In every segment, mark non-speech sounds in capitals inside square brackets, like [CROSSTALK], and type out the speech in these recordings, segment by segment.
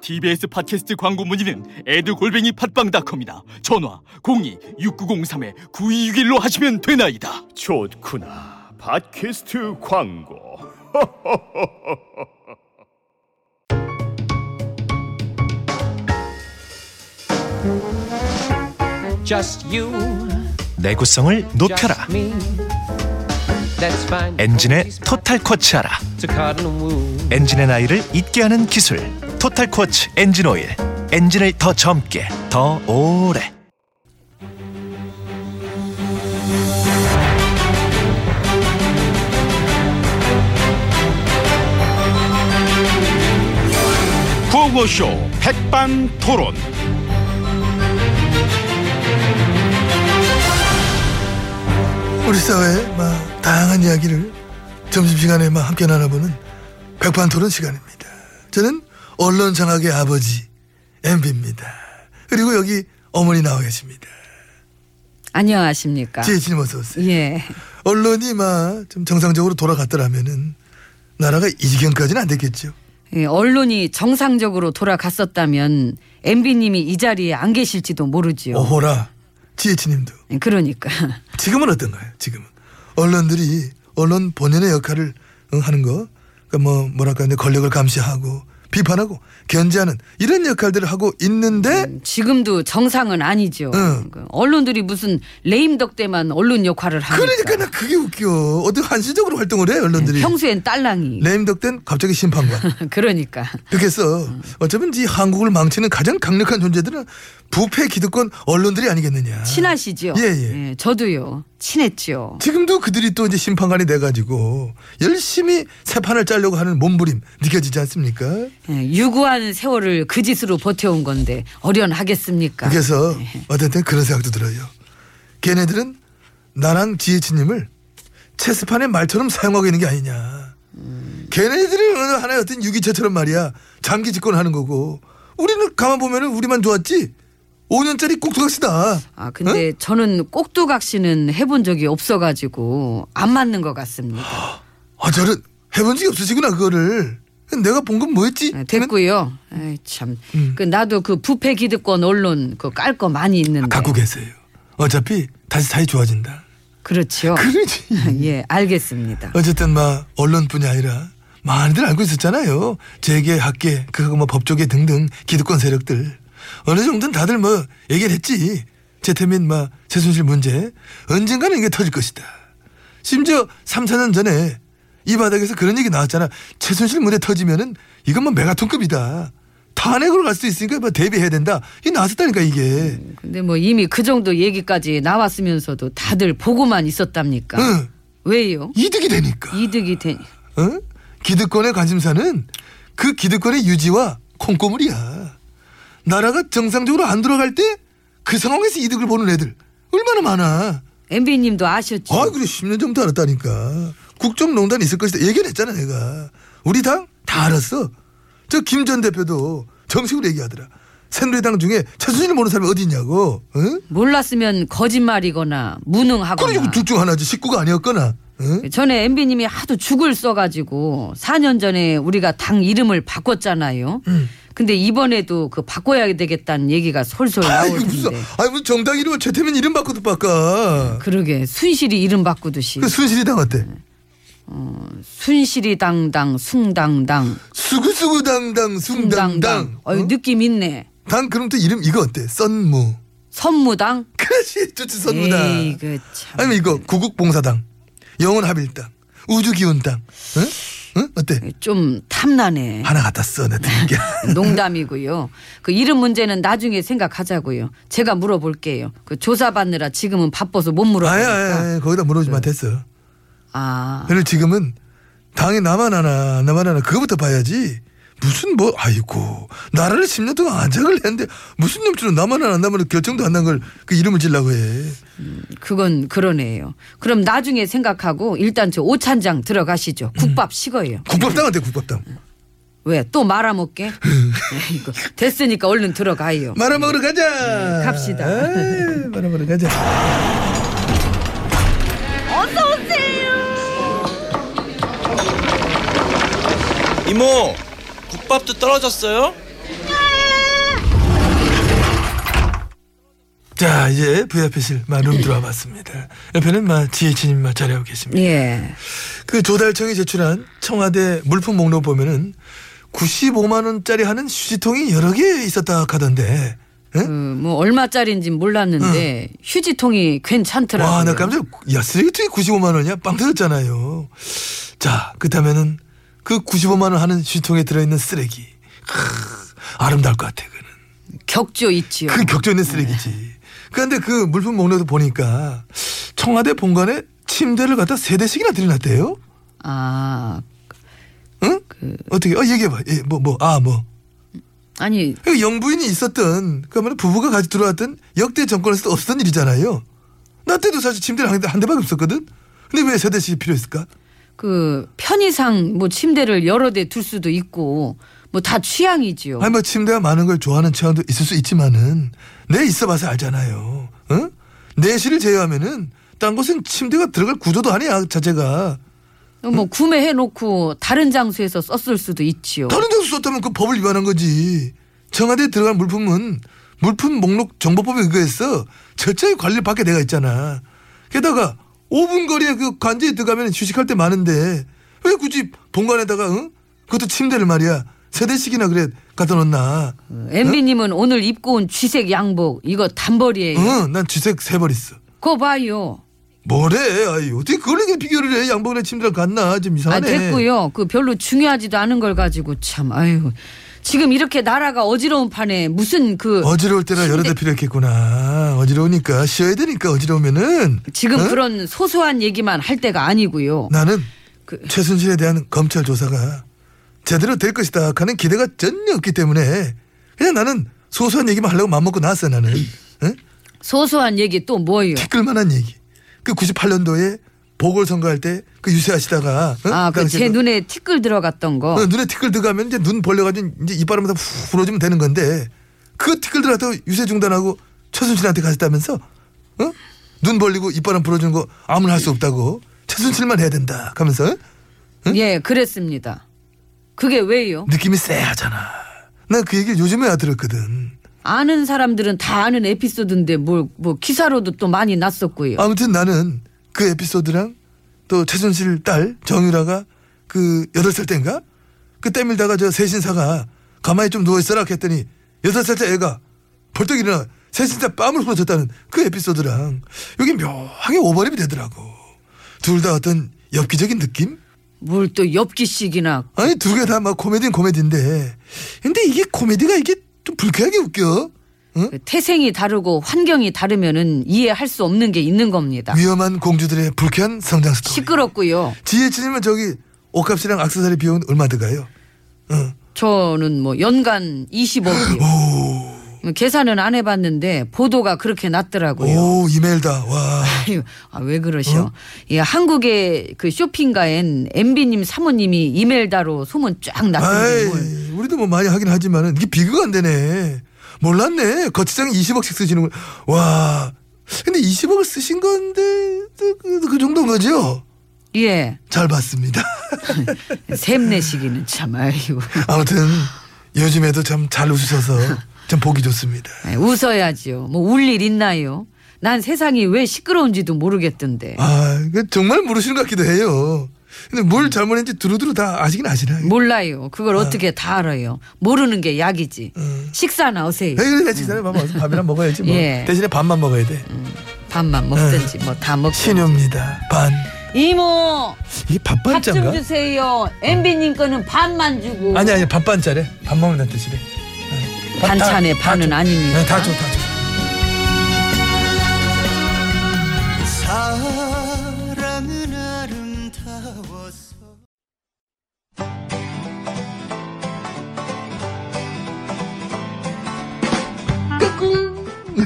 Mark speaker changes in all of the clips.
Speaker 1: TBS 팟캐스트 광고 문의는 에드골뱅이 팟빵닷컴이나 전화 02-6903-9261로 하시면 되나이다.
Speaker 2: 좋구나. 팟캐스트 광고.
Speaker 3: Just you,
Speaker 4: 내구성을 높여라
Speaker 3: just me. That's fine.
Speaker 4: 엔진의 토탈 코치하라
Speaker 3: To cotton wool.
Speaker 4: 엔진의 나이를 잊게 하는 기술 토탈 코치 엔진 오일 엔진을 더 젊게 더 오래
Speaker 5: 구호쇼 백반토론.
Speaker 6: 우리 사회의 막 다양한 이야기를 점심시간에 막 함께 나눠보는 백반토론 시간입니다. 저는 언론 전학의 아버지 MB입니다. 그리고 여기 어머니 나와 계십니다.
Speaker 7: 안녕하십니까.
Speaker 6: 지혜진님 어서 오세요.
Speaker 7: 예.
Speaker 6: 언론이 막 좀 정상적으로 돌아갔더라면은 나라가 이 지경까지는 안 됐겠죠.
Speaker 7: 예, 언론이 정상적으로 돌아갔었다면 MB님이 이 자리에 안 계실지도 모르지요.
Speaker 6: 오호라 지혜진님도
Speaker 7: 예, 그러니까 [LAUGHS]
Speaker 6: 지금은 어떤가요? 지금은 언론들이 언론 본연의 역할을 응, 하는 거, 그러니까 뭐 뭐랄까 이제 권력을 감시하고 비판하고 견제하는 이런 역할들을 하고 있는데
Speaker 7: 지금도 정상은 아니죠.
Speaker 6: 응.
Speaker 7: 그 언론들이 무슨 레임덕 때만 언론 역할을 하니까.
Speaker 6: 그러니까 나 그게 웃겨. 어떻게 한시적으로 활동을 해 언론들이?
Speaker 7: 평소엔 딸랑이.
Speaker 6: 레임덕된 아. 갑자기 심판관.
Speaker 7: [LAUGHS] 그러니까
Speaker 6: 그래서 어쩌면 이 한국을 망치는 가장 강력한 존재들은 부패 기득권 언론들이 아니겠느냐.
Speaker 7: 친하시죠.
Speaker 6: 예, 예.
Speaker 7: 저도요. 친했죠.
Speaker 6: 지금도 그들이 또 이제 심판관이 돼가지고 열심히 새 판을 짜려고 하는 몸부림 느껴지지 않습니까?
Speaker 7: 예, 유구한 세월을 그 짓으로 버텨온 건데 어련하겠습니까?
Speaker 6: 그래서 어떤 때는 그런 생각도 들어요. 걔네들은 나랑 지혜진님을 체스판의 말처럼 사용하고 있는 게 아니냐. 걔네들은 어느 하나의 어떤 유기체처럼 말이야. 장기 집권하는 거고. 우리는 가만 보면은 우리만 좋았지. 5년짜리 꼭두각시다.
Speaker 7: 아 근데 저는 꼭두각시는 해본 적이 없어가지고 안 맞는 것 같습니다.
Speaker 6: 아, 저는 해본 적이 없으시구나, 그거를. 내가 본 건 뭐였지?
Speaker 7: 아, 됐고요. 아이, 참,
Speaker 6: 음.
Speaker 7: 그 나도 그 부패 기득권 언론 그 깔 거 많이 있는데.
Speaker 6: 갖고 계세요. 어차피 다시 사이 좋아진다.
Speaker 7: 그렇죠.
Speaker 6: 그러지.
Speaker 7: [LAUGHS] 예, 알겠습니다.
Speaker 6: 어쨌든 막 언론뿐이 아니라 많이들 알고 있었잖아요. 재계, 학계, 그거 뭐 법조계 등등 기득권 세력들 어느 정도는 다들 뭐 얘기를 했지. 재태민 막 최순실 문제 언젠가는 이게 터질 것이다. 심지어 3, 4년 전에 이 바닥에서 그런 얘기 나왔잖아. 최순실 문제 터지면은 이건 뭐 메가톤급이다. 탄핵으로 갈 수도 있으니까 뭐 대비해야 된다. 이 나왔었다니까 이게.
Speaker 7: 근데 뭐 이미 그 정도 얘기까지 나왔으면서도 다들 보고만 있었답니까?
Speaker 6: 응.
Speaker 7: 왜요?
Speaker 6: 이득이 되니까.
Speaker 7: 이득이 되니.
Speaker 6: 어? 기득권의 관심사는 그 기득권의 유지와 콩고물이야. 나라가 정상적으로 안 돌아갈 때 그 상황에서 이득을 보는 애들 얼마나 많아.
Speaker 7: MB님도 아셨죠?
Speaker 6: 아, 그래 10년 전부터 알았다니까. 국정농단 있을 것이다. 예견했잖아, 내가. 우리 당 다 알았어. 저 김 전 대표도 정식으로 얘기하더라. 새누리당 중에 최순실 모르는 사람이 어디 있냐고. 응?
Speaker 7: 몰랐으면 거짓말이거나
Speaker 6: 그러니까
Speaker 7: 무능하거나.
Speaker 6: 둘중 하나지. 식구가 아니었거나. 어? 응?
Speaker 7: 전에 MB님이 하도 죽을 써가지고 4년 전에 우리가 당 이름을 바꿨잖아요. 근데 이번에도 그 바꿔야 되겠다는 얘기가 솔솔
Speaker 6: 아,
Speaker 7: 나올
Speaker 6: 이거 무슨,
Speaker 7: 텐데.
Speaker 6: 아, 무슨 정당 이름을 최태민 이름 바꿔도 바꿔.
Speaker 7: 그러게 순실이 이름 바꾸듯이
Speaker 6: 그 순실이당 어때?
Speaker 7: 순실이 당당 숭당당
Speaker 6: 수구수구 당당 숭당당
Speaker 7: 숭당당.
Speaker 6: 어?
Speaker 7: 어유 느낌 있네.
Speaker 6: 당 그럼 또 이름 이거 어때? 썬무 [LAUGHS]
Speaker 7: 선무당.
Speaker 6: 그렇지 좋지
Speaker 7: 에이,
Speaker 6: 썬무당
Speaker 7: 그 참.
Speaker 6: 아니면 이거 구국봉사당 영원합일당 우주기운당 응? 응? 어때?
Speaker 7: 좀 탐나네.
Speaker 6: 하나 갖다 써내
Speaker 7: [LAUGHS]
Speaker 6: 드릴게
Speaker 7: 농담이고요. 그 이름 문제는 나중에 생각하자고요. 제가 물어볼게요. 그 조사 받느라 지금은 바빠서 못
Speaker 6: 아야
Speaker 7: 물어보니까.
Speaker 6: 아야 거기다 물어보지 마 됐어
Speaker 7: 아,
Speaker 6: 그리고 지금은 당이 나만 하나 나만 하나 그거부터 봐야지 무슨 뭐 아이고 나라를 10년 동안 안작을 했는데 무슨 염치로 나만은 안 나만은 결정도 안 난 걸 그 이름을 지려고 해.
Speaker 7: 그건 그러네요. 그럼 나중에 생각하고 일단 저 오찬장 들어가시죠. 국밥 식어요.
Speaker 6: 국밥당한테 국밥당.
Speaker 7: 왜 또 말아먹게? 이거 됐으니까 얼른 들어가요.
Speaker 6: 말아먹으러
Speaker 7: 음.
Speaker 6: 가자.
Speaker 7: 갑시다.
Speaker 6: 에이, 말아먹으러 가자.
Speaker 8: 이모, 국밥도 떨어졌어요?
Speaker 6: 자 이제 VIP실 마룸 들어와봤습니다. 옆에는 마 지혜진님 마 자리하고 계십니다.
Speaker 7: 예.
Speaker 6: 그 조달청이 제출한 청와대 물품 목록 보면은 95만 원짜리 하는 휴지통이 여러 개 있었다 하던데. 응?
Speaker 7: 그 뭐 얼마짜리인지 몰랐는데 휴지통이 괜찮더라고요.
Speaker 6: 와 나 깜짝 야 쓰레기통이 95만 원이야 빵 터졌잖아요. 자 그렇다면은 그 95만 원 하는 휴지통에 들어있는 쓰레기 크, 아름다울 것 같아 그는.
Speaker 7: 격조 있지요.
Speaker 6: 그 격조 있는 쓰레기지. 그런데 그 물품 목록도 보니까 청와대 본관에 침대를 갖다 세 대씩이나 들여놨대요.
Speaker 7: 아
Speaker 6: 응? 어떻게? 어 얘기해봐. 예, 뭐 뭐 아 뭐.
Speaker 7: 아니
Speaker 6: 그 영부인이 있었던 그러면 부부가 같이 들어왔던 역대 정권에서도 없었던 일이잖아요. 나 때도 사실 침대를 한, 대, 한 대밖에 없었거든. 근데 왜 세 대씩 필요했을까?
Speaker 7: 그 편의상 뭐 침대를 여러 대 둘 수도 있고 뭐 다 취향이지요.
Speaker 6: 아니 뭐 침대가 많은 걸 좋아하는 취향도 있을 수 있지만은 내 있어봐서 알잖아요. 응? 내실을 제외하면은 딴 곳은 침대가 들어갈 구조도 아니야 자체가.
Speaker 7: 뭐 구매해 놓고 다른 장소에서 썼을 수도 있지요.
Speaker 6: 다른 데서 썼다면 그 법을 위반한 거지. 청와대에 들어간 물품은 물품 목록 정보법에 의거해서 철저히 관리를 받게 내가 있잖아. 게다가 5분 거리에 그 관제에 들어가면 휴식할 때 많은데 왜 굳이 본관에다가 응? 그것도 침대를 말이야. 세대씩이나 그래 갖다 놓나.
Speaker 7: 네. 엠비님은 오늘 입고 온 쥐색 양복 이거 단벌이에요.
Speaker 6: 응, 난 주색 세 벌 있어.
Speaker 7: 그거 봐요.
Speaker 6: 뭐래? 아이, 어떻게 그걸 이렇게 비교를 해? 양복이랑 침대랑 같나? 좀
Speaker 7: 아
Speaker 6: 이상하네.
Speaker 7: 됐고요. 그 별로 중요하지도 않은 걸 가지고 참 아유 지금 이렇게 나라가 어지러운 판에 무슨 그
Speaker 6: 어지러울 때라 여러 대 필요했겠구나. 어지러우니까 쉬어야 되니까 어지러우면은
Speaker 7: 지금
Speaker 6: 응?
Speaker 7: 그런 소소한 얘기만 할 때가 아니고요.
Speaker 6: 나는
Speaker 7: 그-
Speaker 6: 최순실에 대한 검찰 조사가 제대로 될 것이다 하는 기대가 전혀 없기 때문에 그냥 나는 소소한 얘기만 하려고 맘먹고 나왔어 나는 응?
Speaker 7: 소소한 얘기 또 뭐예요?
Speaker 6: 티끌만한 얘기 그 98년도에 보궐선거할 때 그 유세하시다가 응?
Speaker 7: 아 그
Speaker 6: 당시에
Speaker 7: 제
Speaker 6: 그-
Speaker 7: 눈에 티끌 들어갔던 거.
Speaker 6: 어, 눈에 티끌 들어가면 이제 눈 벌려가지고 이제 이빨하면서 후 부러지면 되는 건데 그 티끌 들어가서 유세 중단하고 최순실한테 가셨다면서 어? 눈 벌리고 이빨은 부러지는 거 아무나 할 수 없다고 최순실만 해야 된다 하면서 응?
Speaker 7: 예, 그랬습니다. 그게 왜요?
Speaker 6: 느낌이 쎄하잖아. 난 그 얘기를 요즘에야 들었거든.
Speaker 7: 아는 사람들은 다 아는 에피소드인데 뭘 뭐 기사로도 또 많이 났었고요.
Speaker 6: 아무튼 나는 그 에피소드랑 또 최순실 딸 정유라가 그 여덟 살 때인가 그 때밀다가 저 세신사가 가만히 좀 누워 있어라 했더니 여덟 살짜 애가 벌떡 일어나 세신사 뺨을 후려쳤다는 그 에피소드랑 여기 묘하게 오버랩이 되더라고. 둘 다 어떤 엽기적인 느낌?
Speaker 7: 뭘 또 엽기식이나
Speaker 6: 아니 두 개 다 막 코미디는 코미디인데 근데 이게 코미디가 이게 좀 불쾌하게 웃겨. 응?
Speaker 7: 그 태생이 다르고 환경이 다르면은 이해할 수 없는 게 있는 겁니다.
Speaker 6: 위험한 공주들의 불쾌한 성장 스토리.
Speaker 7: 시끄럽고요.
Speaker 6: 지혜진님은 저기 옷값이랑 악세사리 비용은 얼마 들어가요?
Speaker 7: 저는 뭐 연간 20억이요. 계산은 안 해봤는데 보도가 그렇게 났더라고요.
Speaker 6: 오 이메일다
Speaker 7: [LAUGHS]
Speaker 6: 와
Speaker 7: 아유, 아, 왜 그러셔? 예, 한국의 그 쇼핑가엔 MB님 사모님이 이멜다로 소문 쫙 났던데 뭘.
Speaker 6: 아이 우리도 뭐 많이 하긴 하지만은 이게 비교가 안 되네 몰랐네 거치장 20억씩 쓰시는 거와 근데 20억을 쓰신 건데 그, 그- 그 정도인 거죠?
Speaker 7: 예,
Speaker 6: 잘 봤습니다 [LAUGHS]
Speaker 7: 샘내시기는 참 아이고.
Speaker 6: 아무튼 요즘에도 참 잘 웃으셔서 참 보기 좋습니다
Speaker 7: 아이, 예, 웃어야지요. 뭐 울 일 있나요? 난 세상이 왜 시끄러운지도 모르겠던데.
Speaker 6: 아 이거 정말 모르시는 것 같기도 해요 근데 뭘 잘못했는지 두루두루 다 아시긴 아시나요?
Speaker 7: 몰라요.
Speaker 6: 네.
Speaker 7: 그걸 어떻게 다 알아요? 모르는 게 약이지.
Speaker 6: 음.
Speaker 7: 식사나 오세요.
Speaker 6: 에이, 그래, 식사는 밥, 밥이나 먹어야지 뭐.
Speaker 7: 예.
Speaker 6: 대신에 밥만 먹어야 돼.
Speaker 7: 밥만 먹든지 뭐 다 먹든지.
Speaker 6: 네. 신효입니다. 반.
Speaker 7: 이모,
Speaker 6: 이게
Speaker 7: 밥
Speaker 6: 밥반짜인가?
Speaker 7: 좀 주세요. 엠비님 거는 반만 주고.
Speaker 6: 아니 아니 밥반짜래. 밥 먹는다는 뜻이래. 밥 다-
Speaker 7: 반찬에
Speaker 6: 다
Speaker 7: 반은
Speaker 6: 줘.
Speaker 7: 아닙니다.
Speaker 6: 네, 다 줘, 다 줘. [LAUGHS]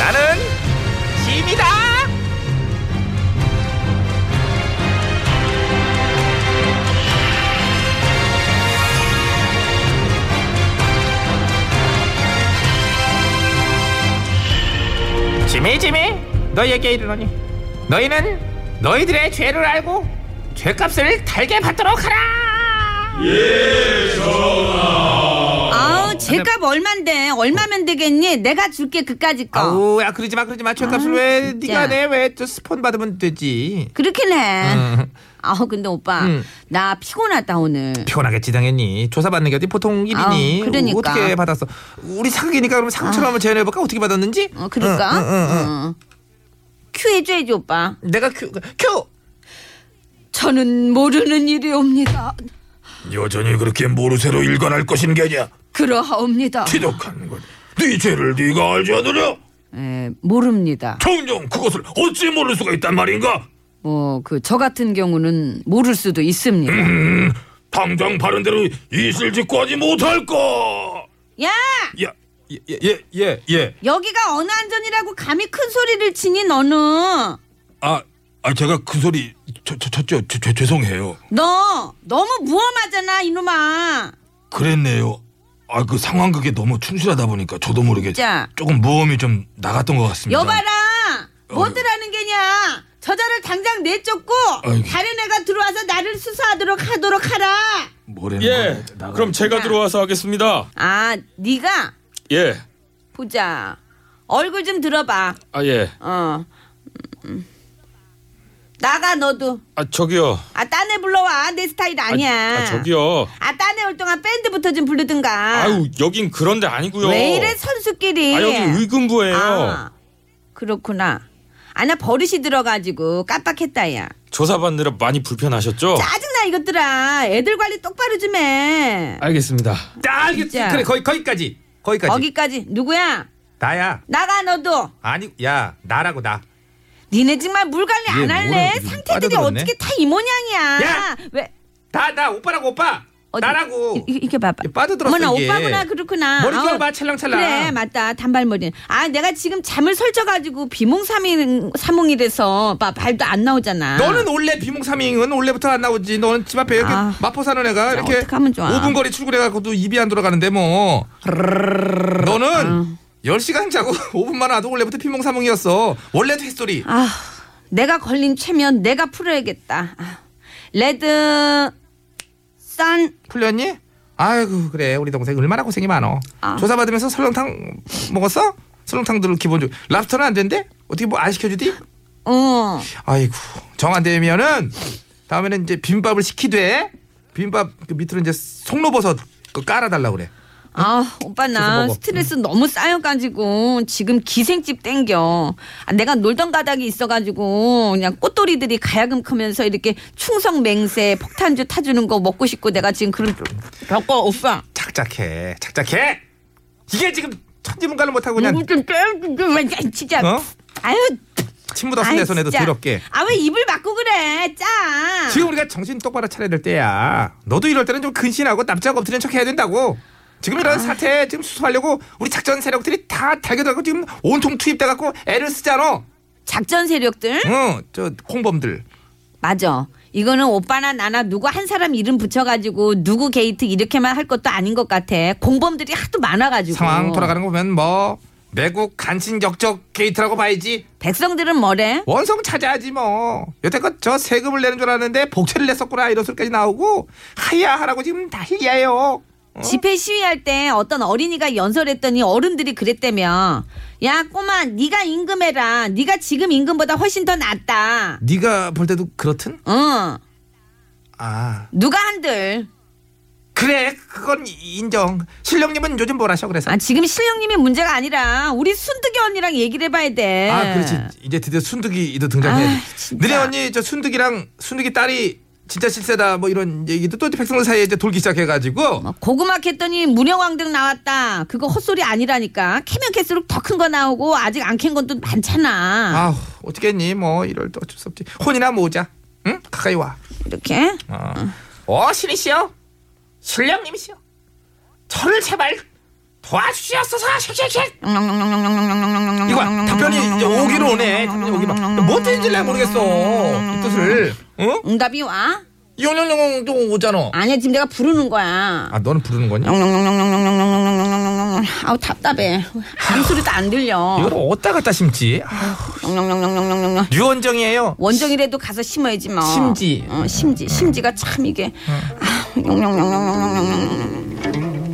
Speaker 9: 나는 짐이다.
Speaker 10: 지미 지미 너희에게 이르노니 너희는 너희들의 죄를 알고 죄값을 달게 받도록 하라 어,
Speaker 7: 아우 제값 얼만데 얼마면 되겠니? 내가 줄게 그까짓 거.
Speaker 10: 아우 야 그러지 마 그러지 마 죄값을
Speaker 7: 아,
Speaker 10: 왜
Speaker 7: 진짜.
Speaker 10: 네가 내 왜 저 스폰 받으면 되지
Speaker 7: 그렇긴 해. 아우 근데 오빠
Speaker 10: 음.
Speaker 7: 나 피곤하다 오늘.
Speaker 10: 피곤하겠지 당연히 조사받는 게 어디 보통 일이니
Speaker 7: 아우, 그러니까. 아.
Speaker 10: 어떻게 받았어 우리 사극이니까 그럼 사극처럼 한번 재현해볼까 어떻게 받았는지
Speaker 7: 어 그럴까?
Speaker 10: 응, 응, 응, 응.
Speaker 7: 어. 큐 해줘야지 오빠.
Speaker 10: 내가 큐, 큐
Speaker 11: 저는 모르는 일이옵니다.
Speaker 9: 여전히 그렇게 모르쇠로 일관할 것인 게냐?
Speaker 11: 그러하옵니다.
Speaker 9: 지독한 것. 네 죄를 네가 알지 않느냐?
Speaker 7: 예,
Speaker 11: 에, 모릅니다.
Speaker 9: 정정 그것을 어찌 모를 수가 있단 말인가?
Speaker 11: 뭐, 그, 저 같은 경우는 모를 수도 있습니다.
Speaker 9: 당장 바른 대로 이실 짓고 하지 못할까?
Speaker 7: 야
Speaker 9: 야, 예, 예, 예, 예.
Speaker 7: 여기가 어느 안전이라고 감히 큰 소리를 치니 너는
Speaker 9: 아, 아 제가 그 소리 쳤- 쳤- 쳤죠. 죄- 죄- 죄송해요.
Speaker 7: 너 너무 무엄하잖아 이놈아.
Speaker 9: 그랬네요. 아 그 상황 그게 너무 충실하다 보니까 저도 모르게
Speaker 7: 진짜.
Speaker 9: 조금 모험이 좀 나갔던 것 같습니다.
Speaker 7: 여봐라
Speaker 9: 어.
Speaker 7: 뭔들 하는 게냐 저자를 당장 내쫓고
Speaker 9: 아이고.
Speaker 7: 다른 애가 들어와서 나를 수사하도록 하도록 하라
Speaker 9: 뭐래는
Speaker 8: 예.
Speaker 9: 거야?
Speaker 8: 그럼 제가 들어와서 하겠습니다.
Speaker 7: 아 네가
Speaker 8: 예.
Speaker 7: 보자 얼굴 좀 들어봐
Speaker 8: 아 예.
Speaker 7: 어 음. 나가 너도
Speaker 8: 아 저기요.
Speaker 7: 아 딴애 불러와 내 스타일
Speaker 8: 아,
Speaker 7: 아니야
Speaker 8: 아, 저기요.
Speaker 7: 아, 딴애 올 동안 밴드부터 좀 부르든가
Speaker 8: 아유 여긴 그런데 아니고요.
Speaker 7: 왜 이래 선수끼리
Speaker 8: 아 여기 의금부예요.
Speaker 7: 아, 그렇구나 아나 버릇이 들어가지고 깜빡했다 야
Speaker 8: 조사받느라 많이 불편하셨죠?
Speaker 7: 짜증나 이것들아 애들 관리 똑바로 좀해
Speaker 8: 알겠습니다.
Speaker 10: 아, 이게
Speaker 7: 진짜.
Speaker 10: 그래 거기, 거기까지 거기까지
Speaker 7: 거기까지 누구야
Speaker 10: 나야
Speaker 7: 나가 너도
Speaker 10: 아니 야 나라고 나
Speaker 7: 니네 정말 물 관리 안
Speaker 10: 얘
Speaker 7: 할래
Speaker 10: 뭐라 그러지?
Speaker 7: 상태들이
Speaker 10: 빠져들었네.
Speaker 7: 어떻게 다 이 모양이야
Speaker 10: 야!
Speaker 7: 왜
Speaker 10: 다, 나 오빠라고 오빠.
Speaker 7: 어디-
Speaker 10: 나라고.
Speaker 7: 이- 이- 이게 봐봐
Speaker 10: 이게 빠져들었어,
Speaker 7: 어머나
Speaker 10: 이게.
Speaker 7: 오빠구나 그렇구나
Speaker 10: 머리
Speaker 7: 아우,
Speaker 10: 길어봐, 찰랑찰랑.
Speaker 7: 그래 맞다 단발머리 아 내가 지금 잠을 설쳐가지고 비몽사몽 사몽이래서 막 발도 안 나오잖아
Speaker 10: 너는 원래 비몽사밍은 원래부터 안 나오지. 너는 집 앞에 이렇게
Speaker 7: 아.
Speaker 10: 마포 사는 애가 이렇게
Speaker 7: 어떡하면 좋아.
Speaker 10: 5분 거리 출근해갖고도 입이 안 돌아가는데 뭐. 너는 10시간 자고 [LAUGHS] 5분만 와도 원래부터 비몽사몽이었어. 원래도 햇소리.
Speaker 7: 아 내가 걸린 최면 내가 풀어야겠다 아, 레드 선
Speaker 10: 풀렸니? 아이고 그래 우리 동생 얼마나 고생이 많어.
Speaker 7: 아.
Speaker 10: 조사받으면서 설렁탕 먹었어? 설렁탕들 기본적으로 랍스터는 안 된대? 어떻게 뭐 안 시켜주디?
Speaker 7: 어.
Speaker 10: 아이고 정 안 되면은 다음에는 이제 비빔밥을 시키되 비빔밥 그 밑으로 이제 송로버섯 그 깔아달라 그래.
Speaker 7: 아, 오빠
Speaker 10: 그래서
Speaker 7: 나
Speaker 10: 먹어.
Speaker 7: 스트레스 너무 쌓여가지고 지금 기생집 땡겨. 아, 내가 놀던 가닥이 있어가지고 그냥 꽃돌이들이 가야금 크면서 이렇게 충성 맹세 폭탄주 타주는 거 먹고 싶고 내가 지금 그런 벽거 오빠
Speaker 10: 착착해, 착착해. 이게 지금 천지문가를 못하고 그냥
Speaker 7: 누구 좀 떼어주지 진짜.
Speaker 10: 어?
Speaker 7: 아유,
Speaker 10: 침 묻었어 내
Speaker 7: 아이,
Speaker 10: 손에도
Speaker 7: 진짜.
Speaker 10: 더럽게.
Speaker 7: 아, 왜 입을 막고 그래, 짜.
Speaker 10: 지금 우리가 정신 똑바로 차려야 될 때야. 너도 이럴 때는 좀 근신하고 납작 엎드린 척 해야 된다고. 지금 이런 사태 지금 수습하려고 우리 작전 세력들이 다 달겨들고 지금 온통 투입돼갖고 애를 쓰잖아.
Speaker 7: 작전 세력들,
Speaker 10: 응, 저 콩범들.
Speaker 7: 맞아. 이거는 오빠나 나나 누구 한 사람 이름 붙여가지고 누구 게이트 이렇게만 할 것도 아닌 것 같아. 공범들이 하도 많아가지고.
Speaker 10: 상황 돌아가는 거 보면 뭐 매국 간신적적 게이트라고 봐야지
Speaker 7: 백성들은 뭐래?
Speaker 10: 원성 찾아야지 뭐 여태껏 저 세금을 내는 줄 알았는데 복채를 냈었구나 이런 소리까지 나오고 하야 하라고 지금 난리야요
Speaker 7: 집회 시위할 때 어떤 어린이가 연설했더니 어른들이 그랬다며. 야 꼬마 네가 임금해라. 네가 지금 임금보다 훨씬 더 낫다.
Speaker 10: 네가 볼 때도 그렇든?
Speaker 7: 응.
Speaker 10: 아
Speaker 7: 누가 한들.
Speaker 10: 그래 그건 인정 실령님은 요즘 뭘 하셔 그래서
Speaker 7: 아 지금 실령님이 문제가 아니라 우리 순득이 언니랑 얘기를 해봐야 돼.
Speaker 10: 아 그렇지 이제 드디어 순득이도 등장해
Speaker 7: 아이, 진짜.
Speaker 10: 느리 언니 저 순득이랑 순득이 딸이 진짜 실세다 뭐 이런 얘기도 또 백성들 사이에 이제 돌기 시작해가지고
Speaker 7: 뭐 고구마 캤더니 무녀왕등 나왔다. 그거 헛소리 아니라니까. 캐면 캘수록 더 큰 거 나오고 아직 안 캔 것도 많잖아.
Speaker 10: 아우 어떻겠니 뭐 이럴 때 어쩔 수 없지 혼이나 모으자 응 가까이 와
Speaker 7: 이렇게.
Speaker 10: 어. 어 신이시여 신령님이시여 저를 제발 도와주시옵소서 쉑쉑쉑 이거 답변이 이제 오기로 오네 답변이 오기만 뭔 뜻인지 잘 모르겠어 이 뜻을 응?
Speaker 7: 응답이 와?
Speaker 10: 용용용도 오잖아
Speaker 7: 아니야 지금 내가 부르는 거야.
Speaker 10: 아 너는 부르는 거냐?
Speaker 7: 영영영영영영영영영영영영. 아우 답답해. 아무 소리도 안 들려.
Speaker 10: 이걸 어디다 갖다 심지? 아,
Speaker 7: 영영영영영영.
Speaker 10: 유원정이에요
Speaker 7: 원정이라도 가서 심어야지 뭐.
Speaker 10: 심지.
Speaker 7: 어, 심지. 심지가 참 이게. 아, 영영영영영영영영.